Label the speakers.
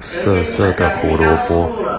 Speaker 1: 涩涩的胡萝卜